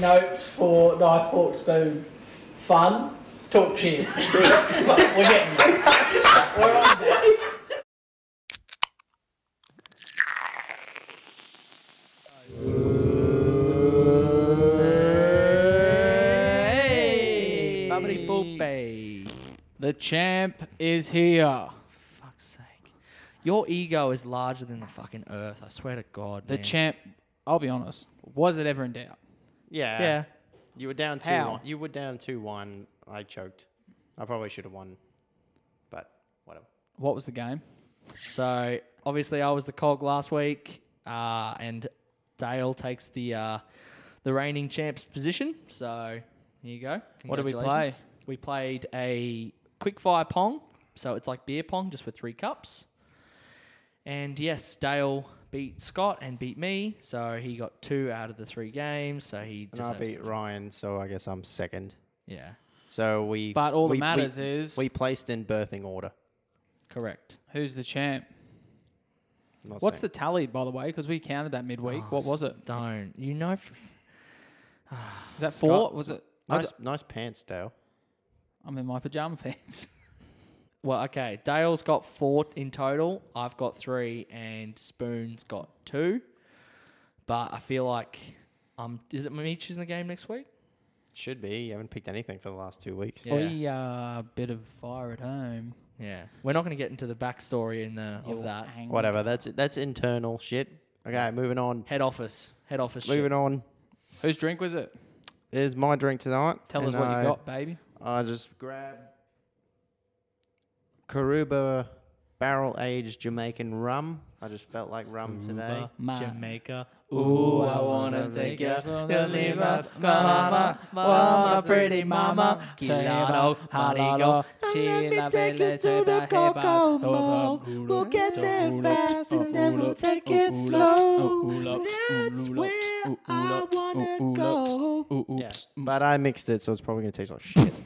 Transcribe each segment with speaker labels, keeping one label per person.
Speaker 1: notes for knife, fork, spoon, fun, talk shit. We're getting there. We're on board.
Speaker 2: Hey!
Speaker 1: Bubbly boopy. The champ is here.
Speaker 2: For fuck's sake. Your ego is larger than the fucking earth, I swear to God.
Speaker 1: The
Speaker 2: man.
Speaker 1: champ, I'll be honest, was it ever in doubt?
Speaker 3: Yeah.
Speaker 1: Yeah.
Speaker 3: You were down two.
Speaker 1: How?
Speaker 3: One. You were down two one. I choked. I probably should have won, but whatever.
Speaker 1: What was the game?
Speaker 2: So obviously, I was the cog last week, uh, and Dale takes the uh, the reigning champs position. So here you go.
Speaker 1: What did we play?
Speaker 2: Congratulations. We played a quick fire pong. So it's like beer pong, just with three cups. And yes, Dale beat Scott and beat me. So he got two out of the three games. So he
Speaker 3: And I
Speaker 2: deserves
Speaker 3: beat Ryan, so I guess I'm second.
Speaker 2: Yeah,
Speaker 3: So we.
Speaker 1: But all
Speaker 3: we-
Speaker 1: that
Speaker 3: we-
Speaker 1: matters is
Speaker 3: we placed in birthing order.
Speaker 2: correct.
Speaker 1: who's the champ.
Speaker 3: I'm not
Speaker 1: What's
Speaker 3: saying-
Speaker 1: the tally, by the way? Because we counted that
Speaker 3: Oh,
Speaker 1: midweek. what was it?
Speaker 2: Oh, Don't you know? For,
Speaker 1: Is that
Speaker 3: Scott-
Speaker 1: four? Was it? I
Speaker 3: nice? Nice pants, Dale.
Speaker 1: am in my pajama pants.
Speaker 2: Well, okay. Dale's got four in total. I've got three, and Spoon's got two. But I feel like um, is it me choosing the game next week?
Speaker 3: Should be. You haven't picked anything for the last two weeks.
Speaker 2: Yeah.
Speaker 1: We are a bit of fire at home.
Speaker 2: Yeah, we're not going to get into the backstory in the of that
Speaker 3: Whatever. That's that's internal shit. Okay, moving on.
Speaker 2: head office. Head office. shit.
Speaker 3: Moving on.
Speaker 1: Whose drink was it?
Speaker 3: There's my drink tonight.
Speaker 1: Tell us
Speaker 3: and
Speaker 1: what
Speaker 3: I-
Speaker 1: you got, baby.
Speaker 3: I just grabbed Karuba barrel aged Jamaican rum. I just felt like rum today.
Speaker 1: Ma-
Speaker 2: Jamaica. Ooh, I wanna take ya to leave us, mama,
Speaker 1: Mama,
Speaker 2: mama, pretty mama, Kilano, Harigo,
Speaker 1: Let me
Speaker 2: Chila,
Speaker 1: take you
Speaker 2: Bele,
Speaker 1: to the
Speaker 2: Seba, Hebas,
Speaker 1: Kokomo. We'll get there fast and then we'll take it slow. That's where I wanna go.
Speaker 3: Yeah. But I mixed it, so it's probably going to taste like shit.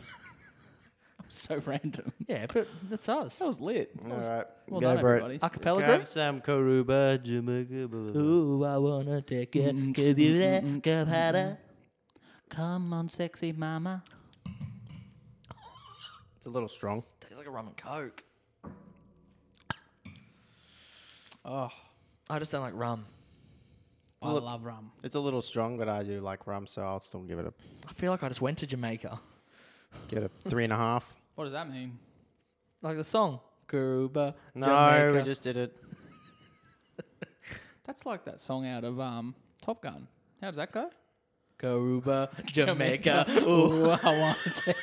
Speaker 1: So random.
Speaker 2: Yeah, but that's us.
Speaker 1: That was lit. That
Speaker 3: All
Speaker 1: was-
Speaker 3: right.
Speaker 1: Well
Speaker 3: go
Speaker 1: done,
Speaker 3: for
Speaker 1: everybody.
Speaker 3: it.
Speaker 2: Acapella group.
Speaker 3: Have some Karuba Jamaica. blah, blah, blah.
Speaker 2: Ooh, I wanna take ya to be there, Kapata.
Speaker 1: Come on, sexy mama.
Speaker 3: It's a little strong.
Speaker 2: Tastes like a rum and coke. Oh, I just don't like rum.
Speaker 1: I love rum.
Speaker 3: It's a little strong, but I do like rum, so I'll still give it a
Speaker 2: I feel like I just went to Jamaica.
Speaker 3: give it a three and a half.
Speaker 1: What does that mean?
Speaker 2: Like the song. Kuruba.
Speaker 3: No, we
Speaker 2: Jamaica.
Speaker 3: just did it.
Speaker 1: That's like that song out of um, Top Gun. How does that go?
Speaker 2: Kuruba, Jamaica. Ooh.
Speaker 1: I want to.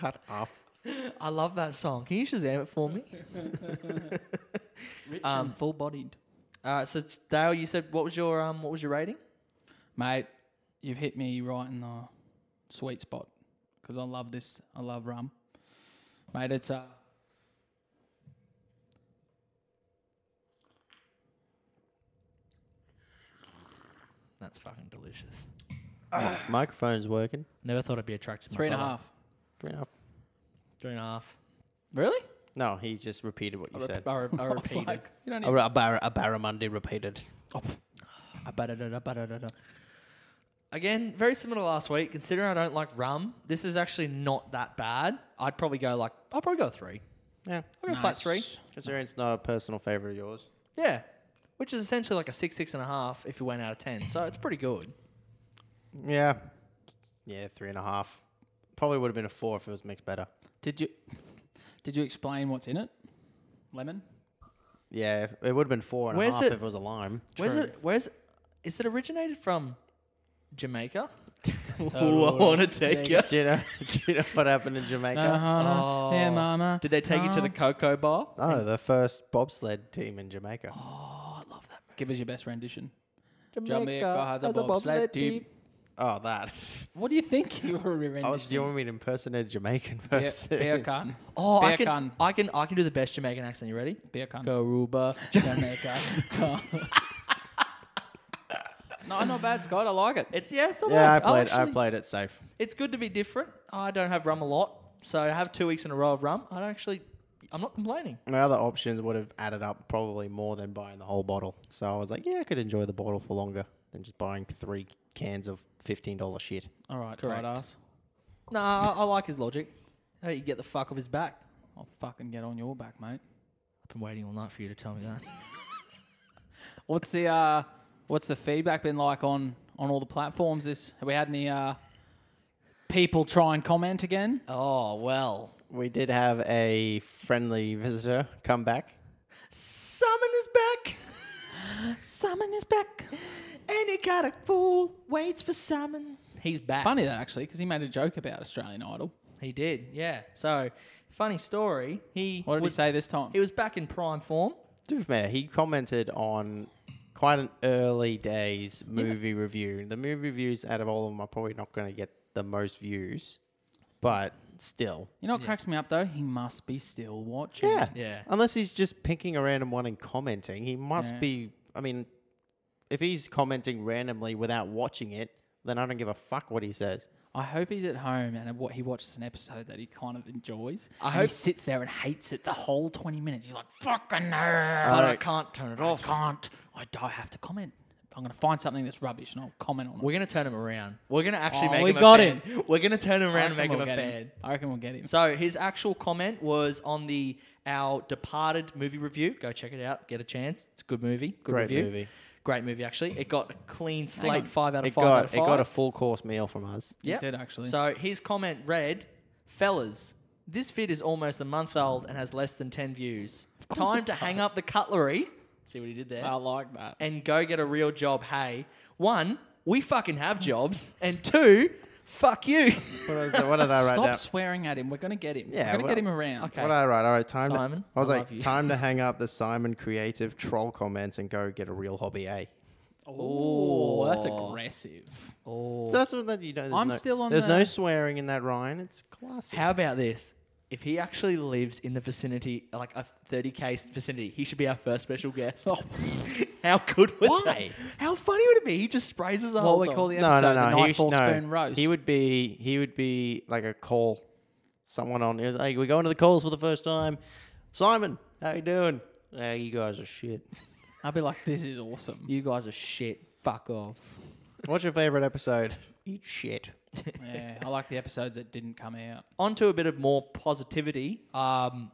Speaker 3: Shut up.
Speaker 2: I love that song. Can you Shazam it for me?
Speaker 1: Rich
Speaker 2: Um,
Speaker 1: and full-bodied.
Speaker 2: Uh, so it's- Dale, you said what was your um what was your rating?
Speaker 1: Mate, you've hit me right in the sweet spot because I love this. I love rum. Mate, it's uh,
Speaker 2: That's fucking delicious.
Speaker 3: Ah, Microphone's working.
Speaker 2: Never thought I'd be attracted. to my
Speaker 1: three and a
Speaker 2: brother.
Speaker 1: half.
Speaker 3: Three and a half.
Speaker 2: Three and a half.
Speaker 1: Really?
Speaker 3: No, he just repeated what you said.
Speaker 2: I, re- I
Speaker 1: I was
Speaker 2: repeated.
Speaker 1: like, you don't
Speaker 3: A,
Speaker 1: need
Speaker 3: ra- a, bar- a barramundi repeated.
Speaker 2: Again, very similar to last week. Considering I don't like rum, this is actually not that bad. I'd probably go like I'll probably go three.
Speaker 3: Yeah.
Speaker 2: I'll go flat three.
Speaker 1: Nice.
Speaker 3: Considering it's not a personal favorite of yours.
Speaker 2: Yeah, which is essentially like a six, six and a half if you went out of ten. So it's pretty good.
Speaker 3: Yeah. Yeah, three and a half. Probably would have been a four if it was mixed better.
Speaker 1: Did you did you explain what's in it? Lemon.
Speaker 3: Yeah, it would have been four and a half
Speaker 2: Where's it-
Speaker 3: if it was a lime.
Speaker 2: Where's
Speaker 1: True.
Speaker 2: it? Where's is it originated from? Jamaica. Ooh, I want to take you.
Speaker 3: do, you know, do you know what happened in Jamaica?
Speaker 1: Uh-huh. Yeah,
Speaker 2: Oh.
Speaker 1: mama.
Speaker 2: Did they take you to the cocoa bar?
Speaker 3: Oh, the first bobsled team in Jamaica.
Speaker 2: Oh, I love that.
Speaker 1: Give us your best rendition.
Speaker 2: Jamaica,
Speaker 1: Jamaica has a bobsled team.
Speaker 3: Oh, that.
Speaker 1: What do you think you were rendition?
Speaker 3: I was, do you want me to impersonate a Jamaican
Speaker 1: Beer,
Speaker 3: person?
Speaker 1: beer can.
Speaker 2: Oh, I
Speaker 1: Beer
Speaker 2: can,
Speaker 1: can.
Speaker 2: I can, I can do the best Jamaican accent. You ready?
Speaker 1: Beer can.
Speaker 2: Garuba,
Speaker 1: Jamaica. no, not bad, Scott. I like it.
Speaker 2: It's yeah, it's not
Speaker 3: yeah, I
Speaker 2: bad. I'll
Speaker 3: played, I
Speaker 2: actually-
Speaker 3: played it safe.
Speaker 2: It's good to be different. I don't have rum a lot, so I have two weeks in a row of rum. I don't actually, I'm not complaining.
Speaker 3: My other options would have added up probably more than buying the whole bottle. So I was like, yeah, I could enjoy the bottle for longer. than just buying three cans of $15 shit.
Speaker 2: All right,
Speaker 1: Correct.
Speaker 2: tight ass. Nah, I, I like his logic. Hey, you get the fuck off his back.
Speaker 1: I'll fucking get on your back, mate.
Speaker 2: I've been waiting all night for you to tell me that.
Speaker 1: What's the uh, what's the feedback been like on on all the platforms? This have we had any uh, people try and comment again?
Speaker 2: oh well.
Speaker 3: We did have a friendly visitor come back.
Speaker 4: Summon is back.
Speaker 1: Summon is back.
Speaker 4: Any kind of fool waits for summon.
Speaker 2: He's back.
Speaker 1: Funny that actually, because he made a joke about Australian Idol.
Speaker 2: He did, yeah. So, funny story. He
Speaker 1: What did
Speaker 2: was,
Speaker 1: he say this time?
Speaker 2: He was back in prime form.
Speaker 3: To be fair, he commented on quite an early days movie review. The movie reviews out of all of them are probably not going to get the most views, but still.
Speaker 1: You know what cracks me up though? He must be still watching.
Speaker 3: Yeah.
Speaker 2: Yeah.
Speaker 3: Unless he's just picking a random one and commenting, he must
Speaker 1: Yeah.
Speaker 3: be. I mean, if he's commenting randomly without watching it, then I don't give a fuck what he says.
Speaker 1: I hope he's at home and what he watches an episode that he kind of enjoys. I
Speaker 2: hope-
Speaker 1: he sits there and hates it the whole twenty minutes. He's like, "Fucking no,
Speaker 2: But I
Speaker 3: right.
Speaker 2: can't turn it
Speaker 1: I
Speaker 2: off.
Speaker 1: can't. I, d- I have to comment. I'm going to find something that's rubbish and I'll comment on it."
Speaker 2: We're going to turn him around. We're going to actually
Speaker 1: Oh,
Speaker 2: make
Speaker 1: we
Speaker 2: him a
Speaker 1: got
Speaker 2: fan. We're going to turn him
Speaker 1: I
Speaker 2: around and
Speaker 1: reckon
Speaker 2: make him
Speaker 1: we'll
Speaker 2: a
Speaker 1: get
Speaker 2: fan.
Speaker 1: I reckon we'll get him.
Speaker 2: So his actual comment was on the our Departed movie review. Go check it out. Get a chance. It's a good movie. Good
Speaker 3: Great
Speaker 2: review.
Speaker 3: movie.
Speaker 2: Great movie actually. It got a clean
Speaker 1: on.
Speaker 2: slate. Five out of
Speaker 3: It
Speaker 2: five. out
Speaker 3: got
Speaker 2: of
Speaker 3: it got a
Speaker 2: five.
Speaker 3: full course meal from us.
Speaker 1: It did, actually.
Speaker 2: So his comment read, "Fellas, this vid is almost a month old and has less than ten views.
Speaker 1: course
Speaker 2: Time
Speaker 1: it
Speaker 2: to hang up the cutlery. See what he did there,
Speaker 1: I like that.
Speaker 2: and go get a real job. Hey, one, we fucking have jobs, and two, fuck you.
Speaker 3: What, was it- what did I write
Speaker 1: Stop
Speaker 3: down?
Speaker 1: swearing at him. We're going to get him. We're
Speaker 3: Yeah,
Speaker 1: going to
Speaker 3: well-
Speaker 1: get him around.
Speaker 2: Okay.
Speaker 3: What did I write? All right, time.
Speaker 2: Simon,
Speaker 3: to, I was
Speaker 2: I love you.
Speaker 3: like, time to hang up the Simon creative troll comments and go get a real hobby, eh?
Speaker 1: Oh, that's aggressive.
Speaker 2: oh,
Speaker 3: So that's what that you know. there's
Speaker 1: I'm
Speaker 3: no-
Speaker 1: still on
Speaker 3: There's
Speaker 1: the-
Speaker 3: no swearing in that, Ryan. It's classic.
Speaker 2: how about this? If he actually lives in the vicinity, like a 30k vicinity, he should be our first special guest. How good would
Speaker 3: Why?
Speaker 2: that? How funny would it be? He just sprays us the
Speaker 1: What
Speaker 2: whole
Speaker 1: we
Speaker 2: time.
Speaker 1: call the
Speaker 3: no,
Speaker 1: episode,
Speaker 3: no, no.
Speaker 1: the
Speaker 3: he,
Speaker 1: knife,
Speaker 3: sh-
Speaker 1: fork,
Speaker 3: no.
Speaker 1: spoon, roast.
Speaker 3: he would be. He would be like a call. Someone on. Like we go into the calls for the first time. Simon, how you doing? Ah, you guys are shit.
Speaker 1: I'd be like, this is awesome.
Speaker 2: You guys are shit. Fuck off.
Speaker 3: What's your favorite episode? Eat shit.
Speaker 1: yeah, I like the episodes that didn't come out.
Speaker 2: Onto a bit of more positivity. Um,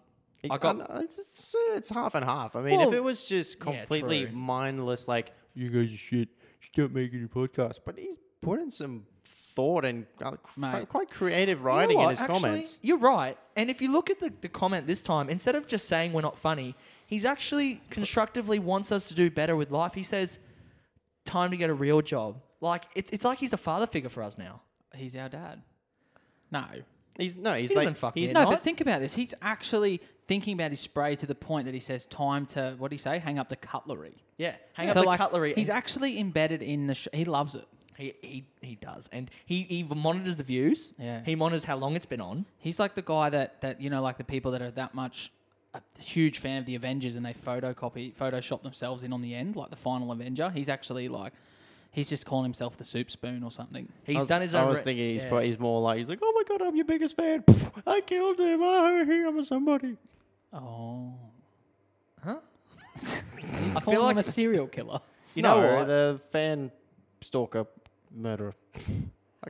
Speaker 2: I got-
Speaker 3: I know, it's, it's, uh, it's half and half. I mean, if
Speaker 2: Well,
Speaker 3: it was just completely
Speaker 2: true.
Speaker 3: mindless, like you guys are shit, stop making a podcast, but he's putting some thought and uh, qu-
Speaker 1: Mate.
Speaker 3: quite, quite creative
Speaker 2: You know
Speaker 3: writing
Speaker 2: what,
Speaker 3: in his
Speaker 2: actually,
Speaker 3: comments.
Speaker 2: You're right. And if you look at the, the comment this time, instead of just saying we're not funny, he's actually constructively wants us to do better with life. He says, time to get a real job. Like, it's, it's like he's a father figure for us now.
Speaker 1: He's our dad. No.
Speaker 3: He's no, he's
Speaker 2: He
Speaker 3: like
Speaker 2: doesn't fuck
Speaker 3: he's
Speaker 2: me.
Speaker 1: No,
Speaker 2: not?
Speaker 1: but think about this. He's actually thinking about his spray to the point that he says, time to, what do you say? Hang up the cutlery.
Speaker 2: Yeah. Hang up the cutlery.
Speaker 1: He's
Speaker 2: and
Speaker 1: actually embedded in the. Sh- he loves it.
Speaker 2: he, he, he does. And he, he monitors the views.
Speaker 1: Yeah.
Speaker 2: He monitors how long it's been on.
Speaker 1: He's like the guy that that you know, like the people that are that much a huge fan of the Avengers and they photocopy, Photoshop themselves in on the end, like the final Avenger. He's actually like, he's just calling himself the soup spoon or something.
Speaker 2: He's
Speaker 3: I was,
Speaker 2: done his
Speaker 3: I
Speaker 2: own.
Speaker 3: was
Speaker 2: re-
Speaker 3: thinking he's
Speaker 2: yeah.
Speaker 3: probably, he's more like he's like, oh my god, I'm your biggest fan. I killed him. Oh, here I'm a somebody.
Speaker 1: Oh,
Speaker 2: I
Speaker 1: calling
Speaker 2: feel like
Speaker 1: him a serial killer.
Speaker 2: You
Speaker 3: no,
Speaker 2: know what?
Speaker 3: the fan stalker murderer. okay,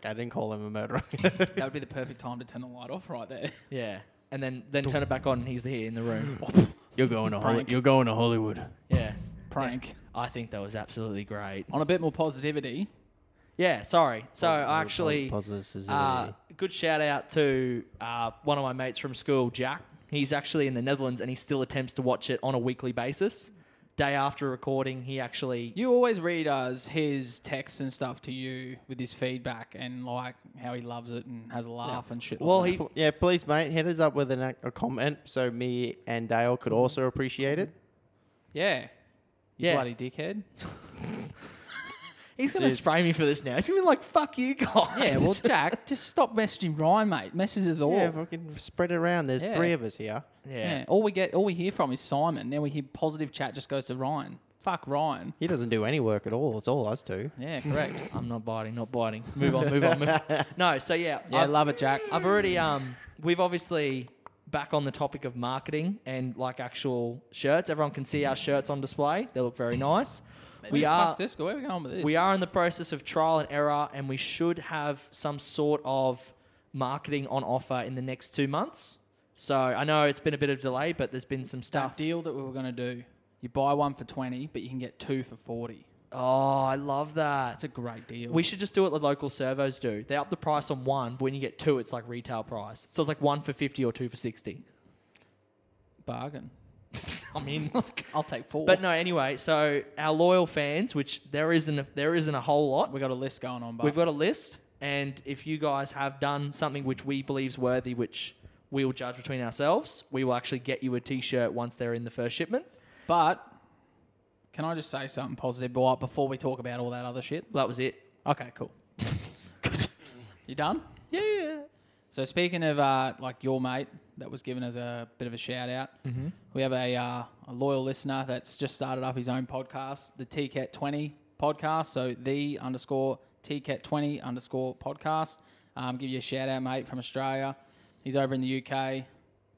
Speaker 3: I didn't call him a murderer.
Speaker 1: that would be the perfect time to turn the light off right there.
Speaker 2: Yeah. And then then turn it back on and he's here in the room.
Speaker 3: you're going to
Speaker 1: Prank.
Speaker 3: you're going to Hollywood.
Speaker 2: yeah.
Speaker 1: Prank.
Speaker 2: I think that was absolutely great.
Speaker 1: On a bit more positivity,
Speaker 2: Yeah, sorry. So I actually
Speaker 3: Positive
Speaker 2: uh,
Speaker 3: sensitivity.
Speaker 2: good shout out to uh, one of my mates from school, Jack. He's actually in the Netherlands and he still attempts to watch it on a weekly basis. Day after recording, he actually
Speaker 1: you always read us his texts and stuff to you with his feedback and like how he loves it and has a laugh and shit.
Speaker 2: well
Speaker 1: like
Speaker 2: he
Speaker 3: Pl- yeah, please, mate, hit us up with an, ac- a comment so me and Dale could also appreciate it.
Speaker 1: that. yeah, you
Speaker 2: Yeah.
Speaker 1: bloody dickhead.
Speaker 2: he's gonna
Speaker 3: is-
Speaker 2: spray me for this now. He's gonna be like, "Fuck you guys."
Speaker 1: Yeah, well, Jack, just stop messaging Ryan, mate. Message us all.
Speaker 3: Yeah,
Speaker 1: Yeah,
Speaker 3: if we can spread it around. There's
Speaker 1: Yeah.
Speaker 3: three of us here.
Speaker 2: yeah.
Speaker 1: all we get, all we hear from is Simon. Now we hear positive chat just goes to Ryan. Fuck Ryan.
Speaker 3: He doesn't do any work at all. It's all us two.
Speaker 1: Yeah, correct.
Speaker 2: I'm not biting, not biting. Move on, move on, move on. No, so yeah,
Speaker 1: yeah,
Speaker 2: I've-
Speaker 1: love it, Jack.
Speaker 2: I've already um we've obviously back on the topic of marketing and like actual shirts. Everyone can see our shirts on display. They look very nice. We are
Speaker 1: Francisco, where are we going with this?
Speaker 2: we are in the process of trial and error, and we should have some sort of marketing on offer in the next two months. So I know it's been a bit of delay, but there's been some
Speaker 1: that
Speaker 2: stuff.
Speaker 1: deal that we were going to do. You buy one for twenty, but you can get two for forty.
Speaker 2: Oh, I love that.
Speaker 1: That's a great deal.
Speaker 2: We should just do what the local servos do. They up the price on one, but when you get two, it's like retail price. So it's like one for fifty or two for sixty.
Speaker 1: bargain.
Speaker 2: I mean,
Speaker 1: I'll take four.
Speaker 2: but no. Anyway, so our loyal fans, which there isn't, a, there isn't a whole lot.
Speaker 1: we got a list going on. But
Speaker 2: We've got a list, and if you guys have done something which we believe's worthy, which we will judge between ourselves, we will actually get you a T-shirt once they're in the first shipment.
Speaker 1: But can I just say something positive Dwight, before we talk about all that other shit?
Speaker 2: That was it.
Speaker 1: Okay, cool. you done?
Speaker 2: Yeah.
Speaker 1: So speaking of uh, like your mate that was given as a bit of a shout out, mm-hmm. we have a, uh, a loyal listener that's just started up his own podcast, the TCAT Twenty podcast. So the underscore TCAT Twenty underscore podcast. Um, give you a shout out, mate, from Australia. He's over in the UK,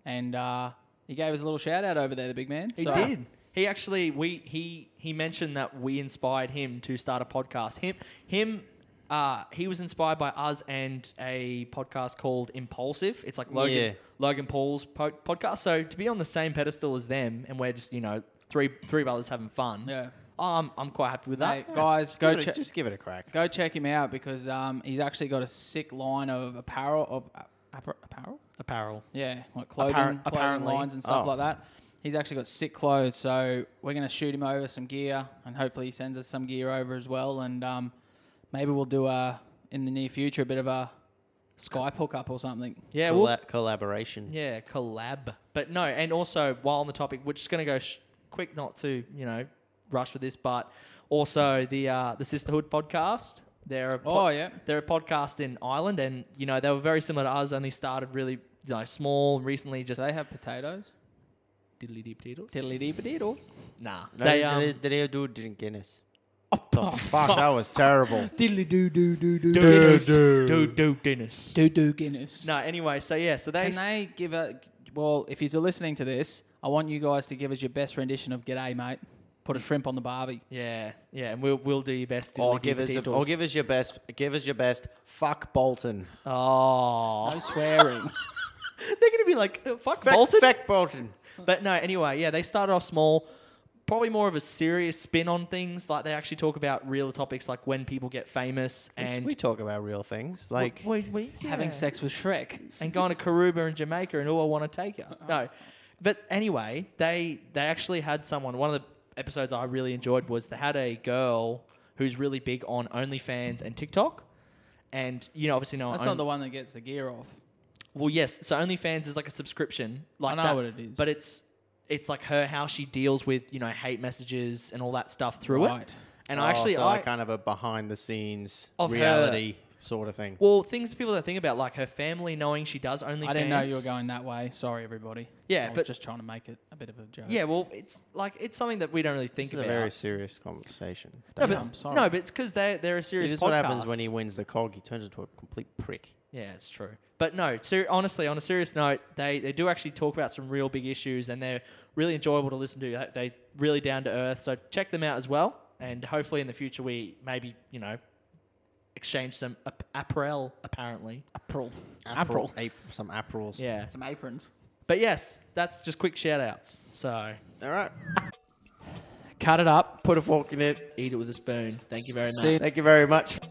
Speaker 1: and uh, he gave us a little shout out over there, the big man.
Speaker 2: He
Speaker 1: So-
Speaker 2: did. He actually we he he mentioned that we inspired him to start a podcast. Him him uh, he was inspired by us and a podcast called Impulsive. It's like Logan
Speaker 3: Yeah.
Speaker 2: Logan Paul's po- podcast. So to be on the same pedestal as them, and we're just you know three three brothers having fun.
Speaker 1: Yeah.
Speaker 2: I'm I'm quite happy with that.
Speaker 1: Mate, guys, go
Speaker 3: Give it a-
Speaker 1: check.
Speaker 3: just give it a crack.
Speaker 1: Go check him out because um, he's actually got a sick line of apparel of appar- apparel.
Speaker 2: Apparel.
Speaker 1: Yeah, like clothing,
Speaker 2: Apparent-
Speaker 1: clothing
Speaker 2: apparently.
Speaker 1: lines and stuff
Speaker 3: Oh.
Speaker 1: like that. He's actually got sick clothes, so we're gonna shoot him over some gear, and hopefully he sends us some gear over as well. And um, maybe we'll do a in the near future a bit of a Skype hookup or something.
Speaker 2: Yeah,
Speaker 3: Colla-
Speaker 2: we'll,
Speaker 3: collaboration.
Speaker 2: yeah, collab. But no, and also while on the topic, we're just gonna go sh- quick, not to you know rush with this, but also the uh, the Sisterhood podcast. They're a
Speaker 1: Oh, yeah.
Speaker 2: they're a podcast in Ireland, and you know they were very similar to us. Only started really you know, small and recently. Just
Speaker 1: Do they have potatoes?
Speaker 2: diddly dee potatoes.
Speaker 1: Tiddly dee potatoes.
Speaker 2: Nah,
Speaker 3: No,
Speaker 2: they
Speaker 3: did-
Speaker 2: um,
Speaker 3: did, did he do drink Guinness? Oh, fuck, that was terrible.
Speaker 1: Diddly doo doo doo doo
Speaker 2: do Guinness, do do Guinness.
Speaker 1: doo doo Guinness.
Speaker 2: No, anyway, so yeah, so they
Speaker 1: Can they give a well? If you're listening to this, I want you guys to give us your best rendition of "G'day, mate." Put a shrimp on the barbie.
Speaker 2: yeah yeah, and we'll we'll do your best. diddly
Speaker 3: Or Oh, give
Speaker 2: dee
Speaker 3: us, a,
Speaker 2: potatoes.
Speaker 3: or give us your best. Give us your best. Fuck Bolton.
Speaker 2: Oh,
Speaker 1: No swearing.
Speaker 2: They're going to be like, uh, fuck
Speaker 3: Fuck
Speaker 2: Bolton.
Speaker 3: Fuck Bolton.
Speaker 2: But no, anyway, yeah, they started off small, probably more of a serious spin on things. Like they actually talk about real topics like when people get famous
Speaker 3: And
Speaker 2: and
Speaker 3: we talk about real things like
Speaker 2: we, we- yeah.
Speaker 1: Having sex with Shrek.
Speaker 2: and going to Karuba in Jamaica and oh, I want to take her.
Speaker 1: Uh-uh.
Speaker 2: No, but anyway, they they actually had someone. One of the episodes I really enjoyed was they had a girl who's really big on OnlyFans and TikTok. And you know, obviously, no.
Speaker 1: That's not the one that gets the gear off.
Speaker 2: Well, yes. So OnlyFans is like a subscription, like
Speaker 1: know
Speaker 2: that,
Speaker 1: what it is.
Speaker 2: but it's it's like her how she deals with you know hate messages and all that stuff through
Speaker 1: Right.
Speaker 2: it. And
Speaker 3: Oh,
Speaker 2: actually,
Speaker 3: so
Speaker 2: I
Speaker 3: like kind of a behind the scenes
Speaker 2: Of her-
Speaker 3: reality sort of thing.
Speaker 2: well things people don't think about like her family knowing she does OnlyFans.
Speaker 1: I didn't know you were going that way. Sorry, everybody.
Speaker 2: Yeah,
Speaker 1: I was
Speaker 2: but-
Speaker 1: just trying to make it a bit of a joke.
Speaker 2: Yeah, well, it's like it's something that we don't really think
Speaker 3: This is a
Speaker 2: about.
Speaker 3: very serious conversation.
Speaker 2: no,
Speaker 1: Yeah, I'm
Speaker 2: but
Speaker 1: sorry.
Speaker 2: no, but it's because they they're a
Speaker 3: See,
Speaker 2: serious.
Speaker 3: this is what happens when he wins the cog. He turns into a complete prick.
Speaker 2: Yeah, it's true. But no, ser- honestly, on a serious note, they, they do actually talk about some real big issues and they're really enjoyable to listen to. They- They really down to earth. So check them out as well. And hopefully in the future we maybe, you know, exchange some ap- apparel apparently.
Speaker 1: April.
Speaker 3: April,
Speaker 1: April.
Speaker 3: Ap- some aprils.
Speaker 2: Yeah.
Speaker 1: Some aprons.
Speaker 2: But yes, that's just quick shout outs. So
Speaker 3: All right.
Speaker 1: Cut it up.
Speaker 3: Put a fork in it.
Speaker 2: eat it with a spoon. Thank you very much.
Speaker 1: See you
Speaker 3: Thank you very much.